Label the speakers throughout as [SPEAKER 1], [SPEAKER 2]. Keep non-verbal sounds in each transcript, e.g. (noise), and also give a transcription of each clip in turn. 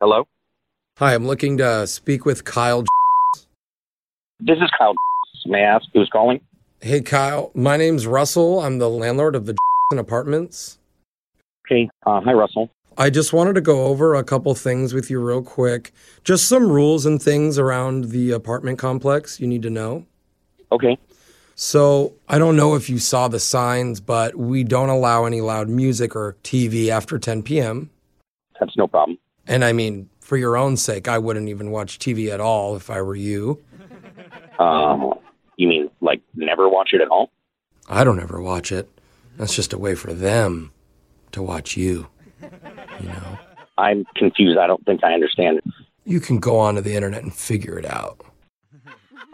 [SPEAKER 1] Hello?
[SPEAKER 2] Hi, I'm looking to speak with Kyle.
[SPEAKER 1] This is Kyle. May I ask who's calling?
[SPEAKER 2] Hey, Kyle. My name's Russell. I'm the landlord of the Apartments.
[SPEAKER 1] Okay. Uh, hi, Russell.
[SPEAKER 2] I just wanted to go over a couple things with you real quick. Just some rules and things around the apartment complex you need to know.
[SPEAKER 1] Okay.
[SPEAKER 2] So, I don't know if you saw the signs, but we don't allow any loud music or TV after 10 p.m.
[SPEAKER 1] That's no problem.
[SPEAKER 2] And I mean, for your own sake, I wouldn't even watch TV at all if I were you.
[SPEAKER 1] Um, you mean like never watch it at all?
[SPEAKER 2] I don't ever watch it. That's just a way for them to watch you. You know,
[SPEAKER 1] I'm confused. I don't think I understand.
[SPEAKER 2] you can go onto the internet and figure it out.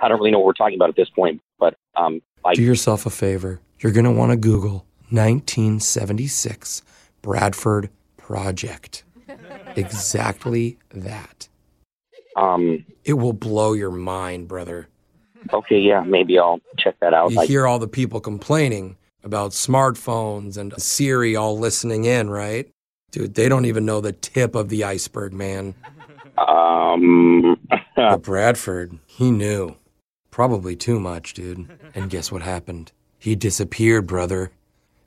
[SPEAKER 1] I don't really know what we're talking about at this point, but um, I
[SPEAKER 2] Do yourself a favor. You're going to want to Google 1976 Bradford Project. Exactly that.
[SPEAKER 1] um,
[SPEAKER 2] It will blow your mind, brother.
[SPEAKER 1] okay, yeah, maybe I'll check that out.
[SPEAKER 2] You
[SPEAKER 1] Like,
[SPEAKER 2] hear all the people complaining about smartphones and Siri all listening in, right? Dude, they don't even know the tip of the iceberg, man.
[SPEAKER 1] um,
[SPEAKER 2] But Bradford, he knew. Probably too much, dude. And guess what happened? He disappeared, brother.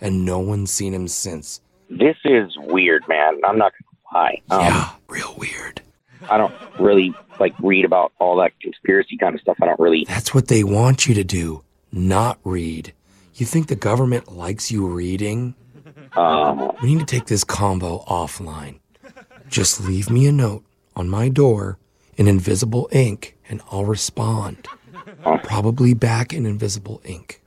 [SPEAKER 2] And no one's seen him since.
[SPEAKER 1] this is weird, man. I'm not gonna lie. Um,
[SPEAKER 2] yeah, real weird.
[SPEAKER 1] I don't really like read about all that conspiracy kind of stuff. I don't really.
[SPEAKER 2] That's what they want you to do, not read. You think the government likes you reading?
[SPEAKER 1] Um,
[SPEAKER 2] We need to take this combo offline. Just leave me a note on my door in invisible ink and I'll respond. Probably back in invisible ink.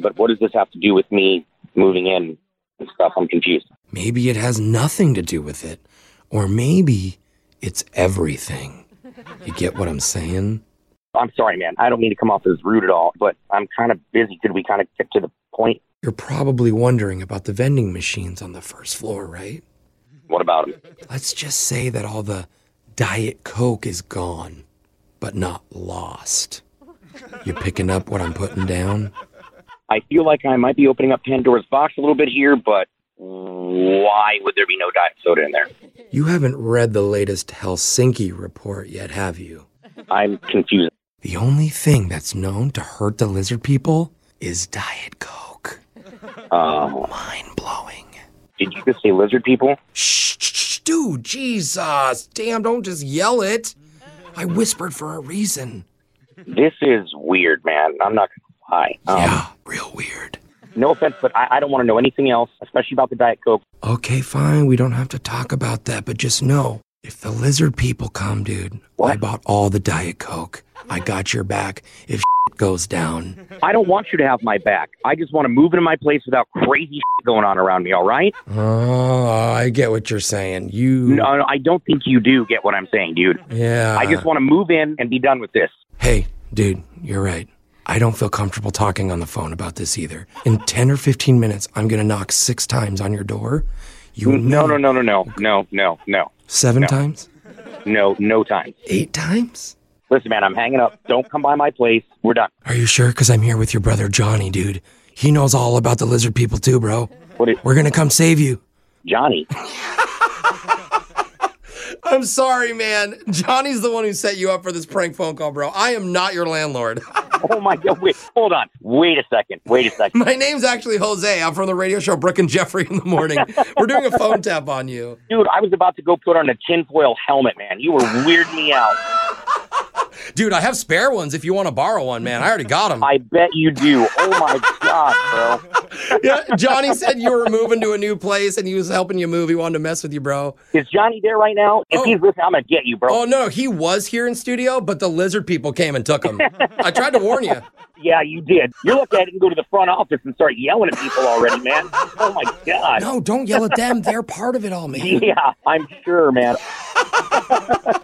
[SPEAKER 1] but what does this have to do with me moving in and stuff? I'm confused.
[SPEAKER 2] Maybe it has nothing to do with it, or maybe it's everything. You get what I'm saying?
[SPEAKER 1] I'm sorry, man. I don't mean to come off as rude at all, but I'm kind of busy. Could we kind of get to the point?
[SPEAKER 2] You're probably wondering about the vending machines on the first floor, right?
[SPEAKER 1] What about him?
[SPEAKER 2] Let's just say that all the Diet Coke is gone, but not lost. You picking up what I'm putting down?
[SPEAKER 1] I feel like I might be opening up Pandora's box a little bit here, but why would there be no diet soda in there?
[SPEAKER 2] You haven't read the latest Helsinki report yet, have you?
[SPEAKER 1] I'm confused.
[SPEAKER 2] The only thing that's known to hurt the lizard people is Diet Coke.
[SPEAKER 1] Um,
[SPEAKER 2] Mind blowing.
[SPEAKER 1] did you just say lizard people?
[SPEAKER 2] Shh, shh, shh, dude, Jesus. Damn, don't just yell it. I whispered for a reason.
[SPEAKER 1] This is weird, man. I'm not going to lie. Um,
[SPEAKER 2] yeah, real weird.
[SPEAKER 1] No offense, but I, I don't want to know anything else, especially about the Diet Coke.
[SPEAKER 2] Okay, fine. We don't have to talk about that, but just know if the lizard people come, dude, I
[SPEAKER 1] What?
[SPEAKER 2] bought all the Diet Coke. I got your back if goes down.
[SPEAKER 1] I don't want you to have my back. I just want to move into my place without crazy going on around me, all right?
[SPEAKER 2] Oh, I get what you're saying. You.
[SPEAKER 1] No, no, I don't think you do get what I'm saying, dude.
[SPEAKER 2] Yeah.
[SPEAKER 1] I just want to move in and be done with this.
[SPEAKER 2] Hey, dude, you're right. I don't feel comfortable talking on the phone about this either. In 10 or 15 minutes, I'm going to knock six times on your door. You
[SPEAKER 1] No, no, no, no, no, no, no, no,
[SPEAKER 2] Seven times?
[SPEAKER 1] no, no time.
[SPEAKER 2] Eight times?
[SPEAKER 1] Listen, man, I'm hanging up. Don't come by my place. We're done.
[SPEAKER 2] Are you sure? Because I'm here with your brother Johnny, dude. He knows all about the lizard people too, bro.
[SPEAKER 1] What is
[SPEAKER 2] We're going to come save you.
[SPEAKER 1] Johnny? (laughs)
[SPEAKER 2] I'm sorry, man. Johnny's the one who set you up for this prank phone call, bro. I am not your landlord. (laughs)
[SPEAKER 1] Oh my God! Wait, hold on. Wait a second. Wait a second.
[SPEAKER 2] My name's actually Jose. I'm from the radio show Brooke and Jeffrey in the morning. We're doing a phone tap on you.
[SPEAKER 1] Dude, I was about to go put on a tinfoil helmet, man. You were weirding me out.
[SPEAKER 2] Dude, I have spare ones if you want to borrow one, man. I already got them.
[SPEAKER 1] I bet you do. Oh my God, bro.
[SPEAKER 2] (laughs) yeah, Johnny said you were moving to a new place and he was helping you move. He wanted to mess with you, bro.
[SPEAKER 1] Is Johnny there right now? If
[SPEAKER 2] Oh.
[SPEAKER 1] he's listening, I'm gonna get you, bro.
[SPEAKER 2] Oh no, he was here in studio, but the lizard people came and took him. I tried to warn you.
[SPEAKER 1] Yeah, you did. You're lucky I didn't go to the front office and start yelling at people already, man. Oh my God.
[SPEAKER 2] No, don't yell at them. They're part of it all, man.
[SPEAKER 1] Yeah, I'm sure, man.